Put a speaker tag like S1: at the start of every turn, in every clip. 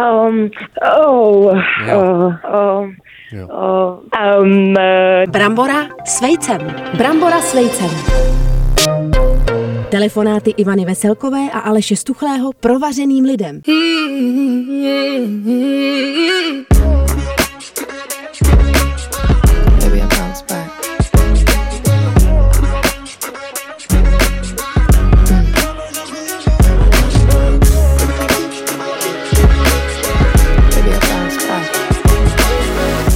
S1: Um, oh, uh, um,
S2: Jo.
S1: uh, um, uh,
S3: Brambora s vejcem. Brambora s vejcem. Telefonáty Ivany Veselkové a Aleše Stuchlého provařeným lidem.
S4: Maybe I bounce back. Hmm. Mm. Maybe I bounce back.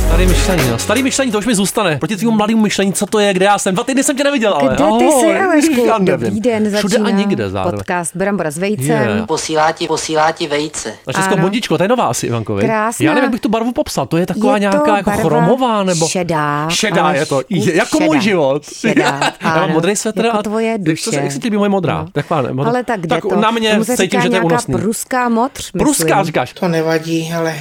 S5: Starý myšlení, no. Starý myšlení, to už mi zůstane. Proti tvým mladým myšlení, co to je, kde já jsem? Dva týdny jsem tě neviděl, ale.
S6: Kde ty jsi,
S5: Ahoj.
S6: Alešku?
S5: Já nevím.
S6: Dobrý den, začíná
S5: Všude a nikde zároveň.
S6: podcast Brambora s vejcem.
S5: Je.
S7: Posílá ti, posílá ti vejce.
S5: Takže
S6: Ano.
S5: bondičko, to je nová asi, Ivankovi.
S6: Krásná.
S5: Já nevím, jak bych tu barvu popsal. To je taková
S6: Je to
S5: nějaká jako
S6: barva
S5: chromová nebo...
S6: šedá,
S5: Šedá je to.
S6: Alešíku,
S5: Je, jako můj
S6: šedá.
S5: život.
S6: Šedá,
S5: Já mám
S6: ano,
S5: modrý svetr
S6: jako
S5: a...
S6: tvoje
S5: Jak se-
S6: duše.
S5: Jak se ti líbí moje modrá?
S6: No.
S5: Taková, ne, modrá.
S6: Ale tak kde
S5: tak
S6: to?
S5: na mě
S6: Tomu se
S5: cítím,
S6: říká
S5: že to je
S6: nějaká
S5: únosný.
S6: pruská modř, myslím.
S5: Pruská, říkáš.
S8: To nevadí, ale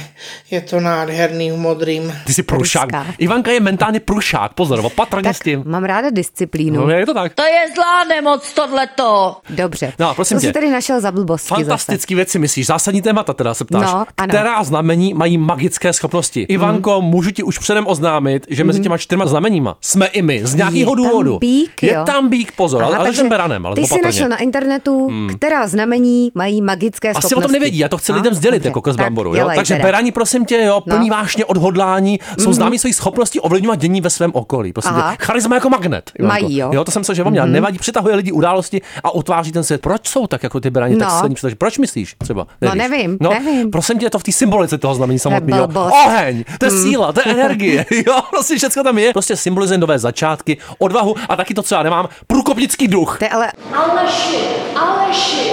S8: je to nádherný v modrým.
S5: Ty jsi prušák.
S6: Pruská.
S5: Ivanka je mentálně prušák. Pozor, opatrně
S6: Tak
S5: s tím.
S6: mám ráda disciplínu.
S5: No, je to tak.
S9: To je zlá nemoc tohleto.
S6: Dobře.
S5: No, prosím
S6: Co jsi
S5: tě.
S6: tady našel za blbosti
S5: Fantastický věci myslíš, zásadní témata teda se ptáš.
S6: No, ano. Mhm.
S5: Která znamení mají magické schopnosti? Ivanko, můžu ti už předem oznámit, že mezi těma čtyřma znameníma jsme i my, z nějakého
S6: Je tam
S5: důvodu.
S6: bík,
S5: je
S6: jo?
S5: tam bík, pozor,
S6: Zase.
S5: ale, ale
S6: takže
S5: jsem beranem, ale
S6: ty jsi
S5: opatrně. Hmm.
S6: našel na internetu, která znamení mají magické
S5: Asi
S6: schopnosti.
S5: o tom nevědí, já to chci
S6: No,
S5: lidem sdělit
S6: dobře.
S5: jako kokos
S6: Tak
S5: bramboru. Jo?
S6: dělej
S5: Takže
S6: teda.
S5: berani, prosím tě, jo,
S6: No. Mhm.
S5: plní vášně odhodlání, jsou známí svojí schopností ovlivňovat dění ve svém okolí. Prosím tě.
S6: Aha.
S5: Charisma jako magnet.
S6: Mají, jo. Mhm.
S5: jo. to jsem se že vám měl. Nevadí, přitahuje lidi události a utváří ten svět. Proč jsou tak jako ty berani tak
S6: No.
S5: silní? Protože proč myslíš třeba? Nevíš. No,
S6: nevím, nevím.
S5: Prosím tě, je to v té symbolice toho znamení samotného.
S6: blbost. Mhm.
S5: Oheň, to je síla, to je energie. Jo, prostě všechno tam je. Prostě symbolizuje nové začátky, odvahu a taky to, co já nemám, průkopnický duch.
S6: To je ale
S9: Aleši, Aleši.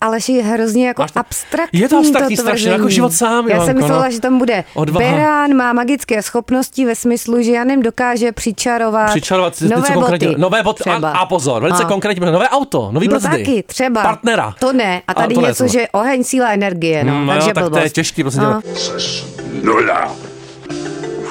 S6: Aleši je hrozně jako
S5: Máš to-
S6: abstraktní.
S5: Je to abstraktní
S6: to
S5: strašně,
S6: tvrzení.
S5: jako život sám,
S6: Já jsem
S5: Ivanko,
S6: myslela,
S5: no.
S6: že tam bude.
S5: Odvaha.
S6: Berán má magické schopnosti ve smyslu, že Janem dokáže přičarovat,
S5: Přičarovat si
S6: nové
S5: něco konkrétně.
S6: boty.
S5: Nové boty. A,
S6: třeba.
S5: a pozor, velice
S6: A.
S5: konkrétně. Nové auto, nový
S6: No
S5: brzdy.
S6: taky, třeba.
S5: Partnera.
S6: To ne. A tady
S5: to ne,
S6: něco,
S5: to ne.
S6: že oheň, síla, energie. No,
S5: Mm,
S6: takže
S5: jo, tak to
S6: blbost. No.
S5: je těžký, prostě.
S6: A.
S10: Nula.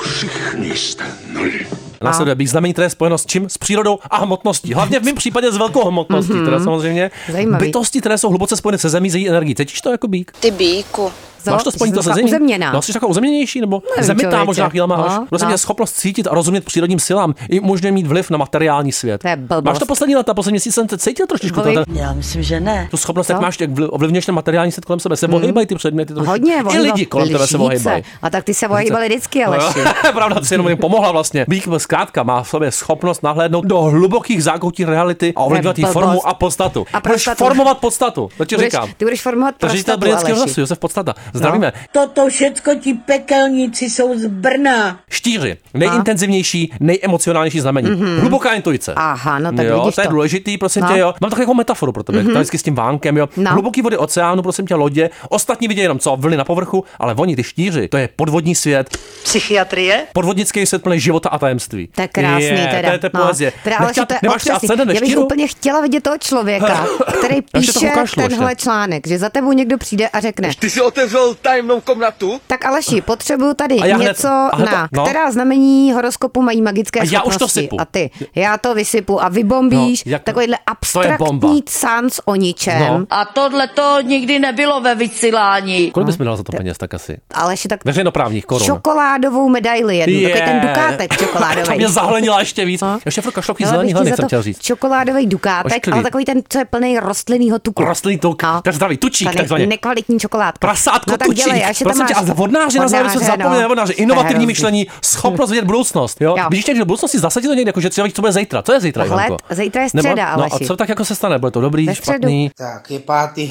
S10: Všichni jste nuly.
S5: Následuje být znamení, které je spojeno s čím? S přírodou a hmotností. Hlavně v mém případě s velkou hmotností, teda samozřejmě.
S6: Mhm. Zajímavý.
S5: Bytosti, které jsou hluboce spojeny se zemí, s její energií. Cítíš to jako bík?
S4: Ty bíku.
S6: Co?
S5: Máš to
S6: Že
S5: spojení
S6: jsem
S5: to se
S6: taková
S5: zemí?
S6: uzemněná.
S5: No, jsi taková uzemněnější, nebo
S6: Nevím,
S5: zemitá
S6: člověče.
S5: možná chvíle máš.
S6: No,
S5: Prosím
S6: no.
S5: tě, schopnost cítit a rozumět přírodním silám i umožňuje mít vliv na materiální svět.
S6: To je blbost.
S5: máš to poslední leta, poslední měsíc jsem cítil trošičku
S6: Kolik?
S5: to,
S7: Já myslím, že ne.
S5: tu schopnost, jak máš, jak vli- ovlivňuješ ten materiální svět kolem sebe, se ohýbají ty předměty. trošku.
S6: Hmm. Hodně,
S5: I
S6: ohýba-
S5: lidi kolem tebe se
S6: liší
S5: ohýbají.
S6: A tak ty se ohýbali vždycky, Aleši.
S5: No, Pravda, to si jenom jim pomohla vlastně. Bík zkrátka má v sobě schopnost nahlédnout do hlubokých zákoutí reality a ovlivňovat jí
S6: blbost.
S5: formu a podstatu.
S6: A
S5: Budeš
S6: podstatu.
S5: formovat podstatu, to ti
S6: Budeš-
S5: říkám.
S6: ty budeš formovat
S5: To ředitel
S6: prostatu,
S5: brněnského
S6: Aleši. No.
S5: hlasu, Josef Podstata. Zdravíme.
S9: Toto všecko ti pekelníci jsou z Brna.
S5: Štíři. Nejintenzivnější, nejemocionálnější znamení. Hluboká intuice.
S6: Mhm. Aha, no tak
S5: jo,
S6: vidíš
S5: to je
S6: to.
S5: důležitý, prosím
S6: No. Mhm.
S5: tě, jo. Mám takovou metaforu pro tebe, mm-hmm. vždycky s tím vánkem, jo.
S6: No.
S5: Hluboký vody oceánu, prosím tě, lodě. Ostatní vidějí jenom co, vlny na povrchu, ale oni, ty štíři, to je podvodní svět,
S7: Psychiatrie?
S5: podvodnický svět plný života a tajemství.
S6: To je krásný
S5: je,
S6: teda.
S5: To je, to je poezie.
S6: No. Teda, Aleši,
S5: Nechtěla-
S6: to je
S5: nemáš
S6: otřesný.
S5: ascendent ve
S6: Já bych
S5: štíru?
S6: úplně chtěla vidět toho člověka, který
S5: Ještě to
S6: píše
S5: ukážu
S6: tenhle
S5: ještě.
S6: článek, že za tebou někdo přijde a řekne,
S10: Ty jsi otevřel tajemnou komnatu?
S6: tak Aleši, potřebuju tady
S5: A já hned-
S6: něco
S5: a hned to-
S6: na,
S5: no.
S6: která znamení horoskopu mají magické
S5: A já už to
S6: schopnosti.
S5: sypu.
S6: A ty, já to vysypu a vybombíš
S5: No,
S6: no,
S5: jak-
S6: jak... takovýhle
S5: bomba.
S6: abstraktní sans o ničem.
S5: No.
S6: No.
S9: A tohle to nikdy nebylo ve vysílání.
S5: Kolik
S6: No.
S5: bys mi dal za to peněz tak asi?
S6: Aleši, tak
S5: Veřejnoprávních korun.
S6: čokoládovou medaili jednu,
S5: Je.
S6: takový ten dukátek čokoládový.
S5: To mě zahlenila ještě víc.
S6: No.
S5: Ještě pro kašlovky
S6: Ale
S5: zelený
S6: bych ti
S5: hleny
S6: za
S5: jsem
S6: to
S5: chtěl říct.
S6: Čokoládový dukátek,
S5: Ošklivý.
S6: ale takový ten, co je plný rostlinného tuku.
S5: Rostlinný tuk, to je zdravý tučík
S6: No. Tady
S5: takzvaně.
S6: Nekvalitní čokoládka.
S5: Prasátko,
S6: no, tak
S5: tučík.
S6: Dělej, až je tam
S5: Prosím tě,
S6: máš.
S5: a vodnáři na závěr se
S6: Vodnáře,
S5: zapomněli
S6: no.
S5: na vodnáři.
S6: To je
S5: Inovativní
S6: hrozný.
S5: myšlení, schopnost vidět budoucnost. Jo?
S6: Jo.
S5: Když někdy do budoucnosti zasadí to někde, jako že třeba víš, co bude zítra. Co je zítra,
S6: Hled,
S5: Ivanko?
S6: zítra je
S5: Nebo-
S6: středa,
S5: No a
S6: Aleši.
S5: co tak jako se stane? Bude to dobrý,
S6: Ve středu.
S5: špatný?
S8: Tak, je 5.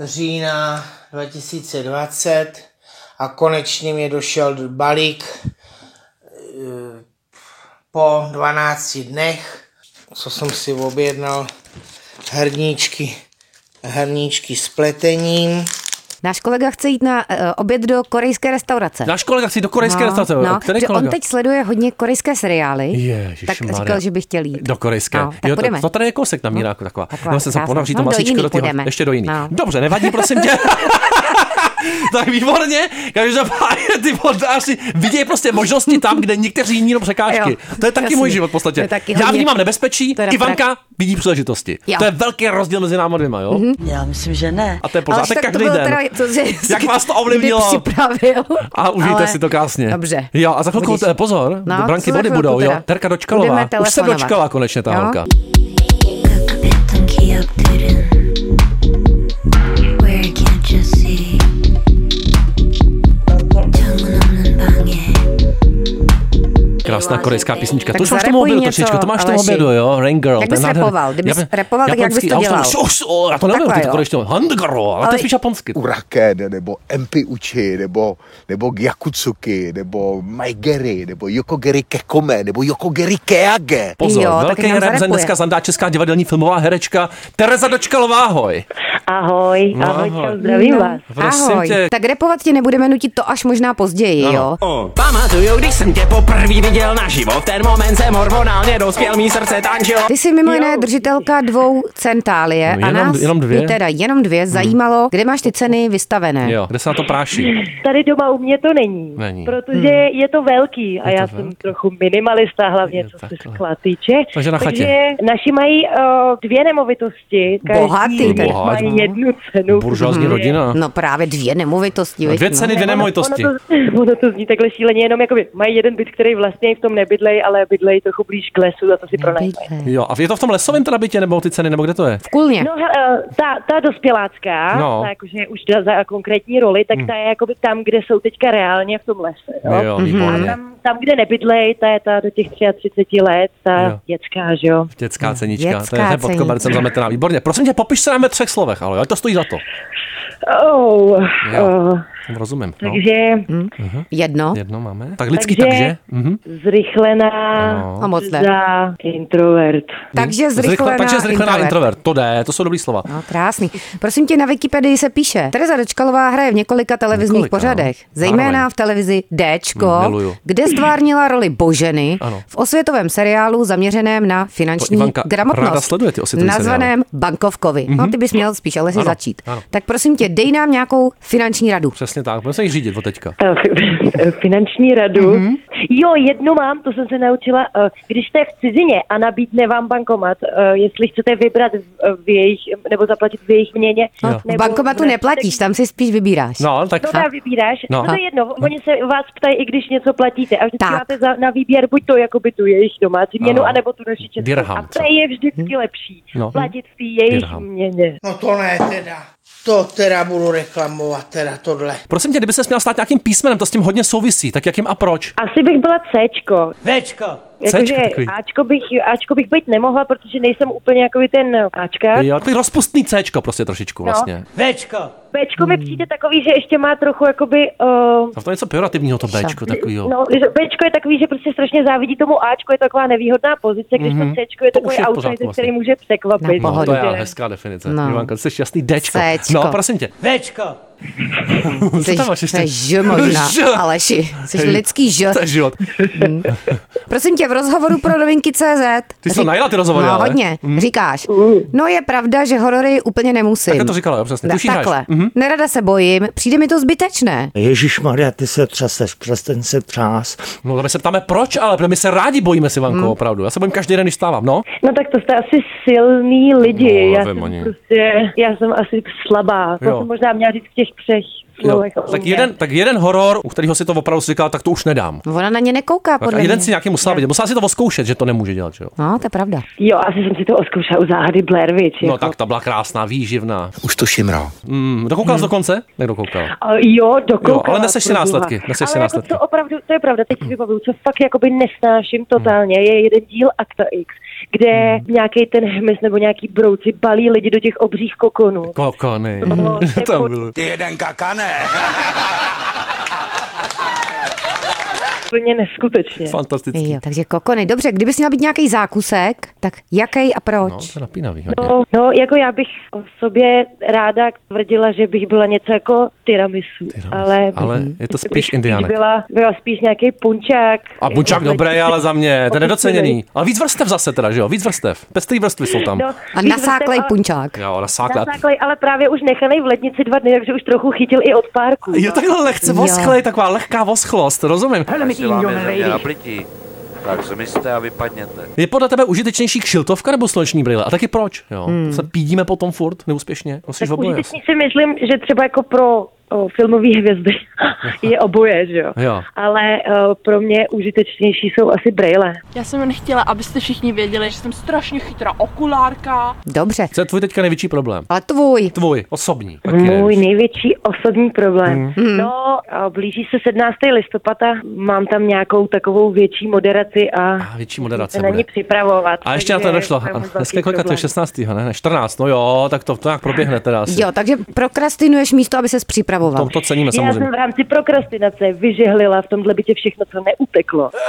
S8: října 2020 a konečně mě došel balík eh, po 12 dnech, co jsem si objednal, herníčky, herníčky s pletením.
S6: Náš kolega chce jít na eh, oběd do korejské restaurace.
S5: Náš kolega chce jít do korejské restaurace.
S6: No,
S5: Který
S6: že on
S5: kolega?
S6: teď sleduje hodně korejské seriály, tak
S5: Ježišmarja.
S6: říkal, že by chtěl jít.
S5: Do korejské.
S6: No, tak
S5: jo, to,
S6: půjdeme.
S5: to tady je kousek na míra jako taková.
S6: taková
S5: no, jsem se
S6: krásná.
S5: ponoří to
S6: No, do
S5: masíčko
S6: jiný
S5: do, do
S6: půjdeme.
S5: Ještě do jiný.
S6: No.
S5: Dobře, nevadí, prosím tě. tak výborně, každopádně ty podáři vidějí prostě možnosti tam, kde někteří jiní jenom překážky.
S6: Jo,
S5: to je taky
S6: jasně.
S5: můj život v podstatě.
S6: To je taky
S5: Já
S6: hodně-
S5: vnímám nebezpečí,
S6: to je
S5: Ivanka vidí příležitosti.
S6: Jo. Mhm.
S5: To je velký rozdíl mezi náma dvěma, jo?
S7: Já myslím, že ne.
S5: A to je
S6: Ale
S5: pořád, to je
S6: tak to
S5: každý
S6: bylo
S5: den.
S6: teda, to, že
S5: Jak vás to ovlivnilo?
S6: kdy Připravil.
S5: A užijte
S6: Ale-
S5: si to krásně.
S6: Dobře.
S5: Jo, a za chvilku,
S6: Budíš.
S5: eh, pozor,
S6: No,
S5: no, branky
S6: co za
S5: body
S6: chvilku
S5: budou, jo.
S6: teda?
S5: Terka
S6: Budeme
S5: Dočkalová, už se
S6: telefonovat.
S5: dočkala konečně ta
S6: Jo.
S5: holka. Krásná korejská písnička.
S6: Tak
S5: to už máš tomu
S6: zarepuj
S5: obědu
S6: něco,
S5: trošičku, to máš tomu
S6: Aleši.
S5: obědu, jo. Rain Girl.
S6: Jak
S5: to je
S6: bys
S5: nádherný.
S6: rapoval? Kdybys
S5: Japan-
S6: rapoval, tak jak bys to
S5: japonský- já už
S6: dělal? No
S5: Už, už, o, já to neumím,
S6: Takhle,
S5: ty
S6: jo.
S5: korejštinu. Handgaro, ale to je
S6: Ale-
S5: spíš japonsky.
S2: Urakede, nebo Empi Uchi, nebo, nebo Yakutsuki, nebo Maigeri, nebo Yokogeri Kekome, nebo Yokogeri Keage.
S5: Pozor,
S6: Jo, tak
S5: velký
S6: nám
S5: remzen
S6: zarepuje.
S5: dneska zandá česká divadelní filmová herečka Tereza Dočkalová, ahoj.
S1: Ahoj,
S5: No,
S1: ahoj,
S5: ahoj.
S1: čau, zdravím vás.
S5: No, Prosím
S6: Ahoj.
S5: tě.
S6: Tak repovat tě nebudeme nutit, to až možná později,
S5: Ano.
S6: jo?
S10: Pamatuju, když jsem tě poprvé viděl naživo, v ten moment jsem hormonálně dospěl, mý srdce tančilo.
S6: Ty jsi mimo jiné držitelka dvou cen Tálie
S5: No,
S6: a
S5: jenom-
S6: nás,
S5: jenom dvě. Hmm.
S6: by teda jenom dvě, zajímalo, kde máš ty ceny vystavené.
S5: Jo, kde se na to práší?
S1: Tady doma u mě to není,
S5: Není.
S1: protože
S5: Hmm.
S1: je to velký a
S5: Je to
S1: já
S5: velký.
S1: jsem trochu minimalista, hlavně
S5: Je
S1: co se
S5: takhle.
S1: skla týče.
S5: Takže na
S1: Takže
S5: chatě.
S1: naši mají uh, dvě nemovitosti, každý
S6: Bohatý
S5: teda.
S1: mají
S5: Bohatý.
S1: jednu cenu. Hmm.
S5: Buržoazní rodina.
S6: No právě dvě nemovitosti. viď,
S5: Dvě
S6: no.
S5: ceny, dvě nemovitosti.
S1: Ono to, ono to zní takhle šíleně, jenom jakoby mají jeden byt, který vlastně v tom nebydlej, ale bydlej trochu blíž k lesu a to si pronajímají.
S6: Bydlej.
S5: Jo, a je to v tom lesovém teda bytě, nebo ty ceny, nebo kde to je?
S6: Kulně.
S1: No, hele, ta, ta dospělácká,
S5: No.
S1: no. ta jakože už za, za konkrétní roli, tak ta je jakoby tam, kde jsou teďka reálně v tom lese. Jo?
S5: Jo,
S1: A
S5: výborně.
S1: tam, tam, kde nebydlej, ta je ta do těch 33 let, ta
S5: Jo.
S1: dětská, že jo.
S5: Dětská cenička, to je,
S6: Dětská
S5: to je pod
S6: ceníčka.
S5: kobercem zametená. Výborně. Prosím tě, popiš se nám ve třech slovech, ale jo, ať to stojí za to.
S1: Oh,
S5: Jo.
S1: oh,
S5: Rozumím. No.
S1: takže
S6: Jedno.
S5: Jedno máme. Tak lidský, takže.
S1: Takže-
S5: takže? Mhm.
S1: zrychlená
S5: No.
S6: A moc ne.
S1: za introvert.
S6: Takže zrychlená,
S5: Mhm. takže zrychlená introvert.
S6: introvert.
S5: To jde, to jsou dobrý slova.
S6: No, krásný. Prosím tě, na Wikipedii se píše. Tereza Dočkalová hraje v několika televizních
S5: Několika,
S6: několika, pořadech,
S5: no.
S6: zejména
S5: Zároveň.
S6: v televizi
S5: Mm,
S6: Dčko,
S5: miluju.
S6: kde stvárnila roli Boženy
S5: Ano.
S6: v osvětovém seriálu zaměřeném na
S5: To
S6: finanční
S5: Ivanka
S6: gramotnost,
S5: ráda sleduje ty osvětový Mhm.
S6: nazvaném Bankovkovi. No, ty bys měl spíš ale si
S5: Ano,
S6: začít.
S5: ano.
S6: Tak prosím tě, dej nám nějakou finanční radu.
S5: Přesně tak, budeme se jich řídit od teďka.
S1: Eh, Finanční radu.
S5: Mhm.
S1: Jo, jednu mám, to jsem se naučila. eh, Když jste v cizině a nabídne vám bankomat, eh, jestli chcete vybrat v- v jejich, nebo zaplatit v jejich měně.
S5: Jo.
S6: V
S1: nebo
S6: bankomatu neplatíš, tam si spíš vybíráš.
S5: No, ale tak
S1: No tak vybíráš.
S5: No.
S1: No, to je jedno, oni se vás ptají, i když něco platíte. A vždycky
S6: Tak.
S1: máte za, na výběr buď to jakoby tu jejich domácí měnu,
S5: Ano.
S1: anebo tu naši českou.
S5: Dirham
S1: a
S5: třeba.
S1: to je vždycky lepší.
S5: No.
S1: Platit v té jejich
S5: Dirham.
S1: měně.
S8: No to ne teda. To teda budu reklamovat, teda tohle.
S5: prosím tě, kdyby se měl stát nějakým písmenem, to s tím hodně souvisí, tak jakým a proč?
S1: Asi bych byla Cčko. Včko. Jakože
S5: Cčko takový.
S1: Ačko bych, Ačko bych být nemohla, protože nejsem úplně jakoby ten Ačka.
S5: Jo, takový rozpustný C prostě trošičku vlastně.
S1: Bčko
S5: Hmm.
S1: mi přijde takový, že ještě má trochu jakoby... Uh,
S5: A v tom je něco pejorativního to Bčko takovýho.
S1: no, že Bčko je takový, že prostě strašně závidí tomu Ačko, je to taková nevýhodná pozice, když mm-hmm. to Cčko je
S5: Mhm. To
S1: takový
S5: už je v pořádku
S1: outsider,
S5: vlastně.
S1: který může překvapit.
S5: No, to
S6: Pohodě.
S5: je ale hezká definice. No.
S6: No.
S5: Ivanka, jsi jasný Dčko.
S6: Cčko.
S5: No, prosím tě.
S6: Jsi,
S5: tam máš ještě?
S6: jsi ž možná,
S5: Ž.
S6: Aleši. Jsi
S5: Hej.
S6: lidský ž.
S5: To je život.
S6: Prosím tě, v rozhovoru pro novinky CZ.
S5: Ty jsi to najela, ty rozhovory,
S6: No,
S5: ale. Mhm.
S6: hodně. Říkáš. No je pravda, že horory úplně nemusím.
S5: Takhle to říkala, jo, přesně.
S6: Da,
S5: Ty už jí hraješ. Mhm.
S6: takhle. Nerada se bojím, přijde mi to zbytečné.
S11: Ježíš Maria, ty se třeseš, přestaň se třás.
S5: No, ale my se ptáme proč, ale protože my se rádi bojíme s
S6: Hmm.
S5: Ivankou, opravdu. Já se bojím každý den, když stávám. No,
S1: No tak to jste asi silný lidi.
S5: No,
S1: já,
S5: vem
S1: jsem
S5: oni.
S1: prostě, já jsem asi slabá.
S5: Jo.
S1: To jsem možná měla říct v těch třech
S5: jo.
S1: slovech. o
S5: Tak,
S1: mně.
S5: jeden, tak jeden horor, u kterého si to opravdu si říkala, tak to už nedám.
S6: Ona na ně nekouká,
S5: Tak a
S6: podle
S5: jeden
S6: mě.
S5: si nějaký musela vidět. Musela si to oskoušet, že to nemůže dělat, že jo?
S6: No, to je pravda.
S1: Jo, asi jsem si to oskoušela u záhady Blair Witch.
S5: No
S1: jako.
S5: tak ta byla krásná, výživná.
S2: Už to šimrá.
S5: Mm, dokoukal
S6: Hmm.
S5: jsi dokonce? Nedokoukal.
S1: A Jo, dokoukala.
S5: Jo, ale neseš si
S1: pro boha.
S5: následky, neseš si
S1: ale
S5: následky.
S1: Jako to opravdu, to je pravda, teď si vybavuju, co fakt jakoby nesnáším totálně, je jeden díl Akta X, kde
S5: Hmm.
S1: nějaký ten hmyz nebo nějaký brouci balí lidi do těch obřích kokonů.
S5: Kokony.
S1: No,
S5: Tam bylo.
S10: Ty jeden kakane.
S1: úplně neskutečně.
S5: Fantastický.
S6: Jo, takže kokony. Dobře, kdyby měl být nějaký zákusek, tak jaký a proč?
S5: No, to je napínavý hodně.
S1: No, no, jako já bych o sobě ráda tvrdila, že bych byla něco jako tiramisu, tiramisu. ale,
S5: Ale je to spíš indiánek.
S1: byla, byla spíš nějaký punčák.
S5: A bunčák
S1: Jako-
S5: dobrý, ale za mě, ten je doceněný. Ale víc vrstev zase teda, že jo? Víc vrstev. Pestrý vrstvy jsou tam.
S1: No,
S6: A
S1: víš,
S6: nasáklej
S1: vrstev, ale-
S6: punčák.
S5: Jo, na sáklad.
S1: Nasáklej, jako ale právě už nechanej v lednici dva dny, takže už trochu chytil i od párku.
S5: Je takhle lehce
S6: Jo.
S5: voschlej, taková lehká voschlost, rozumím.
S2: Tak zmizte a vypadněte.
S5: Je podle tebe užitečnější kšiltovka nebo sluneční brýle? A taky proč? Jo. Se pídíme potom furt neúspěšně. Musíš
S1: Hmm. tak
S5: oboje.
S1: užitečný si myslím, že třeba jako pro o, filmové hvězdy je oboje, že jo.
S5: Jo.
S1: Ale o, pro mě užitečnější jsou asi brejle.
S9: Já jsem nechtěla, abyste všichni věděli, že jsem strašně chytrá okulárka.
S6: Dobře.
S5: Co je tvůj teďka největší problém?
S6: Ale tvůj.
S5: Tvůj, osobní. Taky
S1: Můj
S5: nevím.
S1: největší osobní
S5: Mhm.
S1: problém. No, o, blíží se 17. listopada, mám tam nějakou takovou větší moderaci a
S5: A větší
S1: se
S5: moderace
S1: na
S5: bude.
S1: ní připravovat.
S5: A ještě na
S1: takže
S5: to nedošlo.
S1: je můj
S5: Ano, Dneska
S1: velký
S5: je kolika to je
S1: problém.
S5: 16. ne? ne 14. No jo, tak to, to nějak proběhne teda asi.
S6: Jo, takže prokrastinuješ místo, aby ses
S5: To,
S6: připravoval.
S5: to ceníme
S1: Já jsem
S5: No, samozřejmě.
S1: v rámci prokrastinace vyžehlila v tomhle bytě všechno, co neuteklo.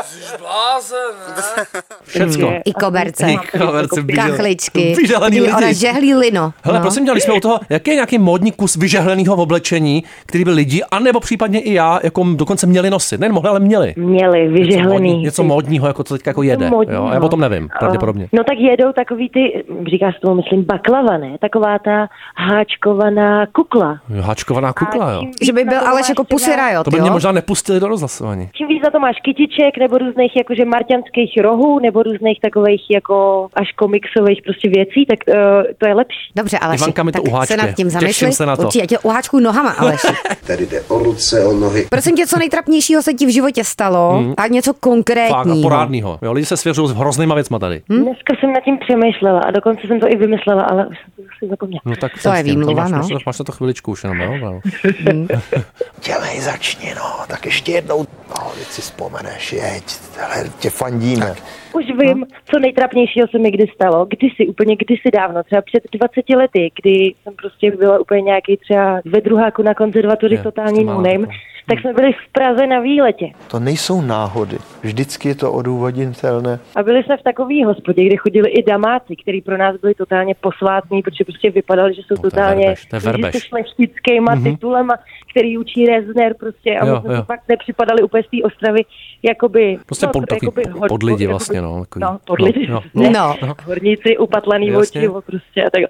S1: Prostě
S5: Všecko.
S1: Takže
S6: I koberce.
S1: asi
S5: I
S1: mám
S5: koberce,
S1: jako
S5: bílé.
S6: Kachličky.
S5: Vyžehlený
S6: Podívej,
S5: lidi.
S6: Ona žehlí lino.
S5: Hele,
S6: no.
S5: prosím tě, když jsme u toho, jaký je nějaký módní kus vyžehleného oblečení, který by lidi, anebo případně i já, jako dokonce měli nosit. Ne, mohli, ale měli.
S1: Měli
S5: Něco,
S1: vyžehlený.
S5: módní, něco módního, jako co teďka jako jede. jo, a já potom nevím, pravděpodobně.
S1: No tak jedou takový ty, říkáš tomu, myslím, baklava, ne? Taková ta háčkovaná kukla.
S5: Jo, Háčkovaná kukla,
S1: A
S5: jo.
S1: čím víc
S6: Že by
S1: na
S6: byl
S1: to
S6: Aleš
S1: máš
S6: jako
S1: teda-
S6: pusy rajot,
S5: To by
S6: jo?
S5: mě možná nepustili do rozhlasu ani.
S1: Čím víc na to máš kytiček, nebo různých jakože marťanských rohů, nebo různých takových jako až komiksových prostě věcí, tak uh, to je lepší.
S6: Dobře, ale
S5: Ivanka mi to
S6: se
S5: uháčkuje.
S6: nad tím
S5: Těším
S6: zamysli.
S5: se na to.
S6: Určitě tě uháčkuj nohama, Aleši.
S2: Tady jde o ruce, o nohy.
S6: Prosím tě, co nejtrapnějšího se ti v životě stalo a něco
S5: Hm? Fakt, a
S6: konkrétního.
S5: porádnýho. Jo, lidi se svěřují s hroznýma věcma tady.
S6: Hm?
S1: Hmm? Dneska jsem nad tím přemýšlela a dokonce jsem to i vymyslela, ale už jsem to zase zapomněla.
S5: No tak jsem
S6: je
S5: s tím.
S6: výmluva,
S5: máš,
S6: no.
S5: máš, to- máš, na to chviličku už jenom, jo? no.
S2: Dělej, začni, no, tak ještě jednou. No, teď si vzpomeneš, jeď, hele, tě fandíme. Tak.
S1: Už vím, no. co nejtrapnějšího se mi kdy stalo. Kdysi, úplně kdysi dávno, třeba před 20 lety, kdy jsem prostě byla úplně nějaký třeba ve druháku na konzervatoři
S5: Je,
S1: totální
S5: jste malá
S1: no name,
S5: taková.
S1: tak jsme byli v Praze na výletě.
S2: To nejsou náhody, vždycky je to odůvodnitelné.
S1: A byli jsme v takové hospodě, kde chodili i damáci, kteří pro nás byli totálně posvátní, protože prostě vypadali, že jsou
S5: No, to je
S1: totálně
S5: verbež, to je verbež. Mhm.
S1: že jsou šlechtickýma mm-hmm. titulema, který učí Rezner prostě a
S5: Jo,
S1: my jsme
S5: jo.
S1: si fakt nepřipadali úplně z té ostravy No, jakoby...
S5: Prostě pod- takový
S1: hod-
S5: pod lidi
S1: jakoby-
S5: vlastně, no, takový-
S1: no, pod
S5: no,
S1: lidi.
S5: no,
S1: ne?
S6: no.
S1: Horníci upatlaný
S5: Jasně.
S1: oči, o, prostě a tak.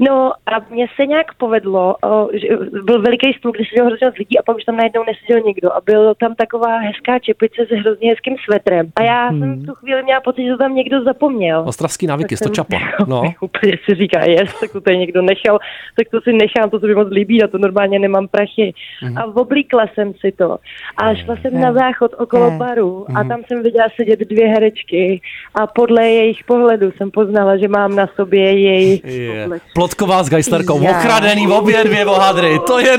S1: No a mně se nějak povedlo, o, že byl veliký stůl, kde seděl hrozně moc lidí a pak už tam najednou neseděl nikdo a byl tam taková hezká čepice s hrozně hezkým svetrem. A já
S5: Hmm.
S1: jsem v tu chvíli měla pocit, že to tam někdo zapomněl.
S5: Ostravský návyk, je to
S1: jsem-
S5: čapa. No.
S1: Úplně si říká, jest, tak to tady někdo nechal, tak to si nechám, to se mi moc líbí, já to normálně nemám prachy.
S5: Mhm.
S1: A oblíkla jsem si to. A šla jsem na záchod okolo
S6: Ne.
S1: baru a
S5: Mhm.
S1: tam jsem viděla sedět dvě herečky a podle jejich pohledu jsem poznala, že mám na sobě jejich
S5: Je.
S1: oblek.
S5: Plotková s Gajslerkou,
S6: Já.
S5: okradený obě dvě vohadry. To je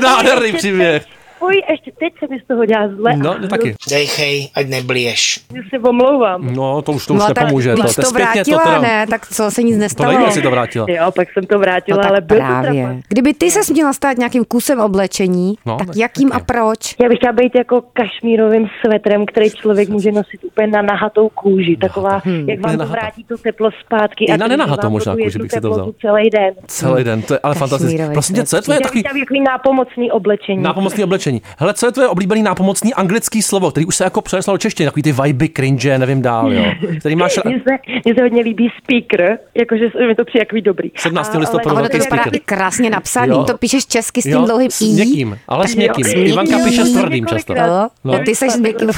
S5: nádherný příběh.
S1: Oj, ještě teď se mi z toho dělá zle.
S5: No, no taky.
S8: Dejchej, ať neblíješ.
S1: Hrozně se omlouvám.
S5: No, to už, to už
S6: tak
S5: nepomůže. To,
S6: když
S5: to, je
S6: to
S5: zpětně to
S6: vrátila,
S5: teda...
S6: ne, tak co, se nic
S5: To
S6: nestalo.
S5: nevím, jestli to vrátila.
S1: Jo, pak jsem to
S6: No
S1: vrátila,
S6: tak
S1: ale byl to
S6: právě.
S1: trapas.
S6: Kdyby ty ses měla stát nějakým kusem oblečení,
S5: No,
S6: tak
S5: tak
S6: jakým
S5: taky.
S6: a proč?
S1: Já bych chtěla být jako kašmírovým svetrem, který člověk může nosit úplně na nahatou kůži. Taková, jak vám to
S5: nenahata.
S1: vrátí to teplo zpátky.
S5: I hm, na
S1: drží
S5: nenahatou
S1: vám to
S5: možná
S1: tu
S5: kůži
S1: jednu
S5: bych si to
S1: teplotu
S5: vzal.
S1: Celý den.
S5: Celý den, to je ale fantastické.
S6: Kašmírový
S5: Prosím tě, co je tvoje
S1: Já bych
S5: takový
S1: chtěla být takový nápomocný oblečení.
S5: nápomocný oblečení? Hele, co je tvoje oblíbený nápomocný anglický slovo, který už se jako přeneslo do češtiny, takový ty vibe, cringe, nevím dál, jo. Který máš...
S1: Mně se, mně se hodně líbí speaker, jakože se- mi to přijde takový dobrý.
S5: 17.
S1: A-
S5: listopadu
S6: A
S1: ale-
S6: ono to
S5: velký
S6: vypadá
S5: speaker.
S6: i krásně napsaný.
S5: Jo.
S6: To píšeš česky s tím dlouhým
S5: s
S6: i.
S5: někým, ale s někým.
S1: Jo.
S5: Ivanka
S1: Jo,
S5: píše s
S1: jo,
S5: tvrdým
S1: několikrát.
S5: často.
S6: Jo.
S5: No.
S6: No. Ty seš někým.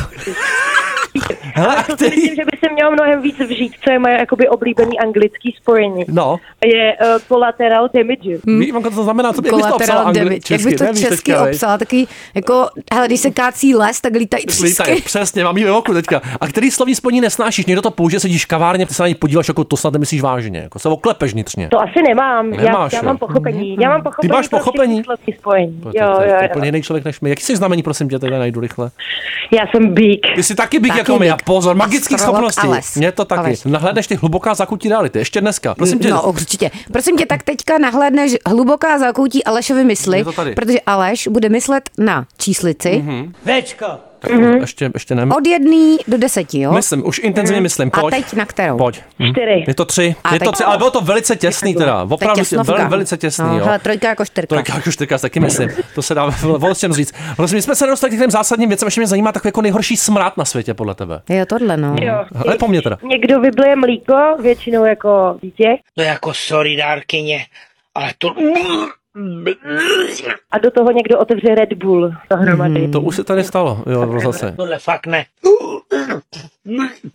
S5: Hele, a
S1: To si
S5: který...
S1: myslím, že by se mělo mnohem víc vžít, co je moje jakoby oblíbený anglický spojení.
S5: No,
S1: Je uh, collateral damage.
S5: Víš, Ivanka, co to znamená? Co by, jak bys to obsal
S6: Mm. Collateral damage.
S5: angli-
S6: Jak
S5: česky?
S6: bych to
S5: nevíš
S6: česky
S5: teďka, veď?
S6: obsal, taky jako, hele, když se kácí les, tak lítají
S5: Lítaj,
S6: třísky.
S5: přesně, mám ji ve oku teďka. A který slovní spojení nesnášíš? Někdo to použije, sedíš v kavárně, ty se na ní podíváš, jako to snad nemyslíš vážně, jako se oklepeš vnitřně.
S1: To asi nemám.
S5: Nemáš,
S1: já, já
S5: jo.
S1: mám
S5: Mhm.
S1: pochopení. Já mám pochopení.
S5: máš
S1: pro
S5: pochopení?
S1: všechny slovní Spojení.
S5: To je-
S1: Jo,
S5: to je-
S1: jo,
S5: to
S1: jo.
S5: je úplně jiný člověk než my. Jaký jsi znamení, prosím tě, teda najdu rychle.
S1: Já jsem bík.
S5: Ty jsi taky bík
S6: Taky
S5: jako my,
S6: bík.
S5: a pozor, magických
S6: Astrolog
S5: schopností.
S6: Ales.
S5: Mě to taky.
S6: Ales.
S5: Nahlédneš ty hluboká zakutí reality, ještě dneska. Prosím tě,
S6: No, určitě. Prosím tě, tak teďka nahlédneš hluboká zákoutí Alešovi mysli,
S5: Je to tady. Mhm.
S6: protože Aleš bude myslet na číslici. Mm-hmm.
S9: Večko,
S5: Mm-hmm. Ještě, ještě ne.
S6: Od jedný do deseti, jo?
S5: Myslím, už intenzivně myslím.
S6: Mhm. A
S5: Pojď.
S6: teď na kterou?
S5: Pojď. Hm.
S1: Čtyři.
S5: Je to tři.
S6: A
S5: je to
S6: teď-
S5: tři, ale bylo to velice těsný teda. Opravdu vel, velice těsný,
S6: no,
S5: jo.
S6: Hele, trojka jako čtyřka.
S5: Trojka jako čtyřka, taky myslím. To se dá voličem říct. Vlastně my jsme se nedostali k těm zásadním věcem, ještě mě zajímá takový jako nejhorší smrát na světě podle tebe. Hm.
S6: Jo, tohle, no.
S1: Jo.
S5: Ale po mně teda.
S1: Někdo vyblije mlíko, většinou jako dítě,
S8: To je jako sorry dárkyně, ale to...
S1: a do toho někdo otevře Red Bull dohromady.
S5: Mhm, To už se tady stalo, jo, v rozhlase.
S8: Tohle fakt ne.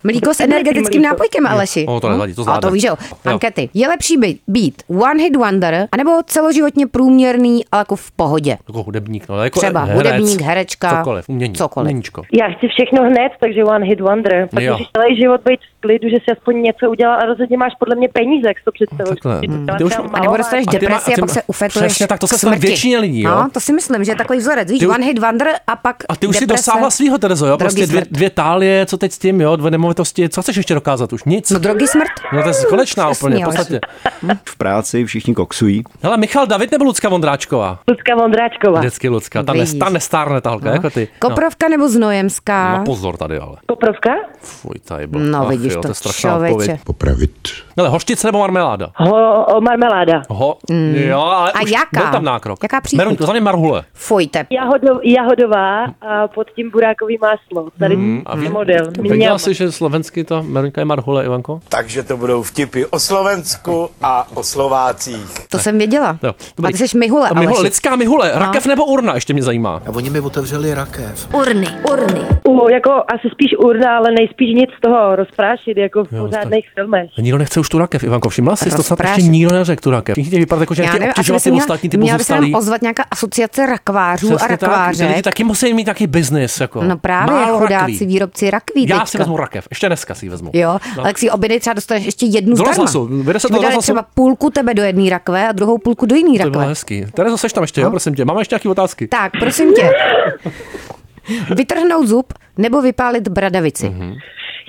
S6: Mlíko s energetickým nápojkem, Aleši. Hm?
S5: O, to nevadí, to
S6: A
S5: zvládne.
S6: to víš, jo. Ankety. Je lepší být, být one hit wonder, anebo celoživotně průměrný, ale jako v pohodě.
S5: Jako hudebník, no, ale jako
S6: Třeba
S5: herec,
S6: hudebník, herečka,
S5: Cokoliv, umění.
S6: cokoliv.
S5: Uměníčko.
S1: Já chci všechno hned, takže one hit wonder. Pak
S5: Jo.
S1: můžeš celý život být v klidu, že si aspoň něco udělal a rozhodně máš podle mě peníze, jak si to představuješ.
S5: Takhle.
S1: Ty
S5: Hmm.
S1: to
S5: Ty už-
S1: tam
S5: A
S6: A nebo
S1: malovat.
S6: dostaneš
S5: A ty má-
S6: depresi
S5: a
S6: a
S5: ty
S6: pak
S5: má-
S6: se ufetuješ
S5: Přesně tak, to se
S6: k
S5: stane
S6: smrti.
S5: většině lidí, jo.
S6: No, to si myslím, že je takový vzorec. Víš,
S5: Ty už-
S6: one hit wonder a pak
S5: A ty už si
S6: deprese.
S5: dosáhla svého, Terezo, jo?
S6: Drogy
S5: Prostě dvě,
S6: smrt.
S5: dvě tálie, co teď s tím, jo? Dvě nemovitosti, co chceš ještě dokázat? Už nic.
S6: No, drogy smrt.
S5: No to je konečná
S6: Přesně, vlastně.
S5: úplně, v
S6: Aleši.
S5: podstatě.
S12: V práci všichni koksují.
S5: Hele, Michal David nebo Lucka Vondráčková?
S1: Lucka Vondráčková.
S5: Vždycky Lucka, ta,
S6: No, Vidíš.
S5: ne, ta nestárne ta holka, no. jako ty.
S6: Koprovka nebo Znojemská?
S5: No. no pozor tady, ale.
S1: Koprovka?
S5: Fuj, tady byl.
S6: No, vidíš
S5: jo,
S6: to,
S5: je strašná
S6: člověče.
S5: odpověď. Hele, hoštice nebo marmeláda?
S1: Ho, o, marmeláda.
S5: Ho, mm. jo, ale
S6: Hmm. A
S5: už
S6: jaká?
S5: byl tam nákrok.
S6: Jaká příchuť?
S5: Meruňko, za mě marhule.
S6: Fuj, te.
S1: Jahodo, jahodová a pod tím burákový máslo. Tady mm,
S5: Mhm. a vy-
S1: model.
S5: Věděla
S1: Mňam.
S5: jsi, že slovensky to Meruňka je marhule, Ivanko?
S13: Takže to budou vtipy o Slovensku a o Slovácích.
S6: To jsem věděla.
S5: Jo,
S6: A ty jsi No. mihule,
S5: A mihule,
S6: Aleši.
S5: lidská mihule, rakev nebo urna, ještě mě zajímá.
S2: A oni mi otevřeli rakev.
S6: Urny, urny.
S1: U, jako asi spíš urna, ale nejspíš nic z toho rozprášit, jako v
S5: Jo,
S1: pořádných filmech.
S5: A nikdo nechce už tu rakev, Ivanko, všimla jsi, to snad
S6: Rozprášit.
S5: ještě nikdo neřekl tu rakev. Všichni tě vypadá jako, že
S6: Já
S5: chtějí
S6: nevím, asi by
S5: obtěžovat
S6: se
S5: ty
S6: měla,
S5: ostatní, ty
S6: měla by se
S5: pozůstalí.
S6: nám ozvat nějaká asociace rakvářů a
S5: Přesně tak, ty lidi
S6: rakvářek.
S5: taky musí mít taky biznis. Jako.
S6: No právě,
S5: Málo
S6: chudáci
S5: rakví.
S6: výrobci rakví
S5: Já
S6: teďka.
S5: si vezmu rakev, ještě dneska si ji vezmu.
S6: Jo,
S5: No.
S6: no. tak si ji objednej třeba dostaneš ještě jednu
S5: Do
S6: zdarma.
S5: rozhlasu, vede se to
S6: Že by
S5: do
S6: dali
S5: rozhlasu.
S6: třeba půlku tebe do jedné rakve a druhou půlku do jiné
S5: To bylo
S6: rakve.
S5: hezký. Terezo, seš tam
S6: No.
S5: ještě, jo, prosím tě. Máme ještě nějaké otázky?
S6: Tak, prosím tě. Vytrhnout zub nebo vypálit bradavici.
S5: Mhm,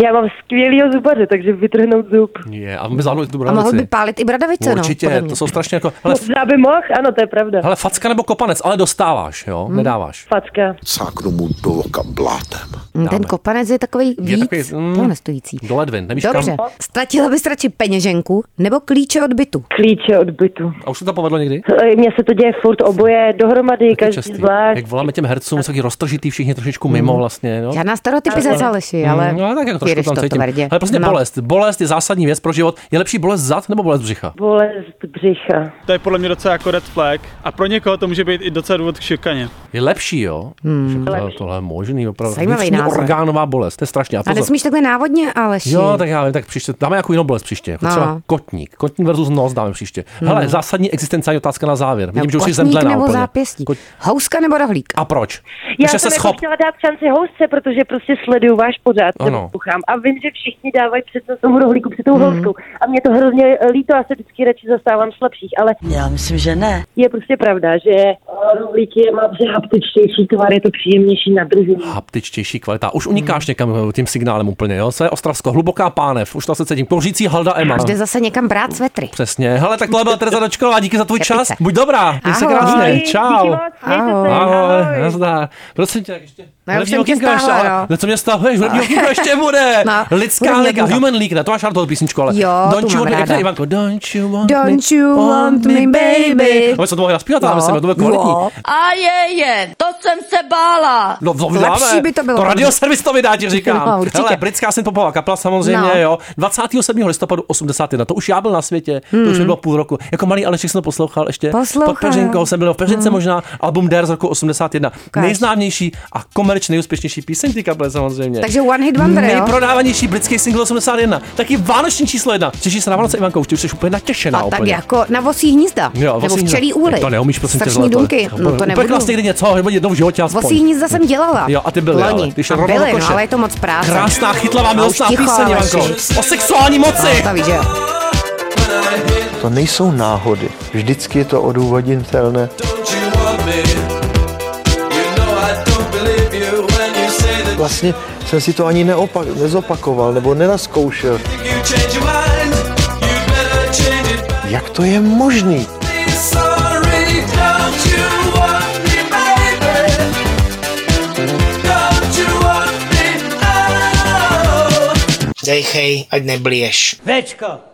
S6: Mm-hmm.
S1: Já mám skvělýho zubaře, takže vytrhnout zub.
S5: Je, a my zahnuli tu
S6: A mohl by
S5: bradavici.
S6: pálit i bradavice, no.
S5: Určitě,
S6: podle mě. No.
S5: to jsou strašně jako... Hele, f-
S1: Možná by mohl, ano, to je pravda.
S5: hele, facka nebo kopanec, ale dostáváš, jo,
S6: Hm.
S5: nedáváš.
S1: Facka.
S2: Sáknu mu do oka blátem.
S6: Ten kopanec je takový víc, je
S5: takový,
S6: takový,
S5: mm.
S6: nestojící.
S5: Do ledvin, nevíš
S6: Dobře,
S5: kam.
S6: ztratila bys radši peněženku nebo klíče od bytu.
S1: Klíče od bytu.
S5: A už se to povedlo někdy?
S1: Eh, Mně se to děje furt oboje, dohromady,
S5: Taky
S1: každý
S5: častý.
S1: zvlášť.
S5: Jak voláme těm hercům, jsou taky roztržitý, všichni trošičku mimo vlastně. No.
S6: Žádná stereotypizace, ale, Aleši, Mm. ale
S5: no, tak jako trošku
S6: jedeš
S5: tam
S6: to
S5: cítím.
S6: tvrdě.
S5: Ale prostě
S6: no.
S5: bolest. Bolest je zásadní věc pro život. Je lepší bolest zad nebo bolest břicha?
S1: Bolest břicha.
S14: To je podle mě docela jako red flag a pro někoho to může být i docela důvod k šikaně.
S5: Je lepší, jo? Hmm. Tohle, tohle je možný, opravdu.
S6: Zajímavý
S5: Vnitřní
S6: názor.
S5: orgánová bolest, to je strašně. A
S6: A
S5: pozor.
S6: nesmíš takhle návodně, Aleši.
S5: Jo, tak já vím, tak příště dáme jako jinou bolest příště, jako
S6: No. Hmm.
S5: třeba kotník. Kotník versus nos dáme příště. Hele, zásadní existenciální otázka na závěr. Vidím,
S6: No,
S5: že už jsi
S6: kotník
S5: zemdlená
S6: nebo
S5: úplně.
S6: zápěstí.
S5: Kot-
S6: Houska nebo rohlík.
S5: A proč?
S1: Já
S5: Ještě se
S1: jsem
S5: schop.
S1: Jako chtěla dát šanci housce, protože prostě sleduju váš pořád,
S5: Ano. Hmm.
S1: nebo poslouchám. A vím, že všichni dávají přednost tomu rohlíku před tou houskou. A mě to hrozně líto, já se vždycky radši zastávám slabších, ale
S7: Já myslím, že ne.
S1: je prostě pravda, že eh, rohlík je má že haptičtější tvar, je to příjemnější na držení.
S5: Haptičtější kvalita. Už unikáš
S6: Mm.
S5: někam eh, tím signálem úplně, jo? Co je Ostravsko, hluboká pánev, už to se cítím. Kouřící halda Ema.
S6: Až jde zase někam brát svetry.
S5: Přesně. Hele, tak tohle byla Tereza Dočková, díky za tvůj
S6: Kepice.
S5: čas. Buď dobrá, měj se
S6: Ahoj.
S5: krásně. Čau.
S1: Díky moc, mějte se.
S6: Ahoj.
S5: Ahoj, nazdar. Prosím tě, tak ještě.
S6: No, já už
S5: Hudební
S6: jsem tě
S5: okénko ještě,
S6: stáhla,
S5: ale-
S6: no.
S5: No, co mě stahuješ? Hudební okénko ještě bude.
S6: No,
S5: Lidská
S6: hudební
S5: liga,
S6: okénko.
S5: Human League, ne? to máš rád toho písničku, ale.
S6: Jo, tu
S5: Don't you
S6: mám
S5: want me, jak
S6: ráda.
S5: to je, Ivanko? Don't you want me?
S6: Don't you want me, baby?
S5: No, my jsme to mohli naspívat, ale
S6: No,
S5: myslím, že to bylo kvalitní.
S6: jo.
S15: A je, je, to jsem se bála.
S5: No, to
S6: Lepší
S5: vydáme.
S6: by to bylo.
S5: To radioservis to vydá, ti říkám.
S6: No, určitě.
S5: Hele, britská synpopová kapela samozřejmě,
S6: No.
S5: jo. 27. listopadu 81. To už já byl na světě, to už mi bylo půl roku. Jako malý Alešek jsem to poslouchal ještě.
S6: Hmm. Poslouchal. Hmm.
S5: Pod peřinkou jsem byl v peřince možná, album Der z roku 81.
S6: Ukáž.
S5: Nejznámější a komerčně nejúspěšnější píseň té kapely samozřejmě.
S6: Takže One Hit Wonder, jo?
S5: Nejprodávanější britský single 81. Taky vánoční číslo 1. Těší se na Vánoce, Ivanko, už ty už jsi úplně natěšená.
S6: A tak
S5: No, úplně.
S6: jako na vosí hnízda.
S5: Jo,
S6: nebo
S5: vlastně-
S6: v čelí úly.
S5: To neumíš, prosím tě,
S6: Strašný
S5: zle, to-
S6: dunky.
S5: to-
S6: No to nebudu.
S5: Upekla jsi někdy něco, nebo jednou v životě aspoň.
S6: Vosí hnízda jsem dělala.
S5: Jo, a ty byly, ale.
S6: Loni.
S5: Ty šel
S6: a
S5: rovnou
S6: byly,
S5: koše.
S6: no, ale je to moc práce.
S5: Krásná, chytlavá,
S6: No,
S5: milostná
S6: ticho,
S5: píseň,
S6: Aleši.
S5: Ivanko. O sexuální moci.
S6: No, to víš, že jo.
S16: To nejsou náhody. Vždycky je to odůvodnitelné. Vlastně jsem si to ani neopak- nezopakoval nebo nenaskoušel. Jak to je možný?
S17: Don't you
S8: Dejchej, ať neblíješ.
S1: Večko!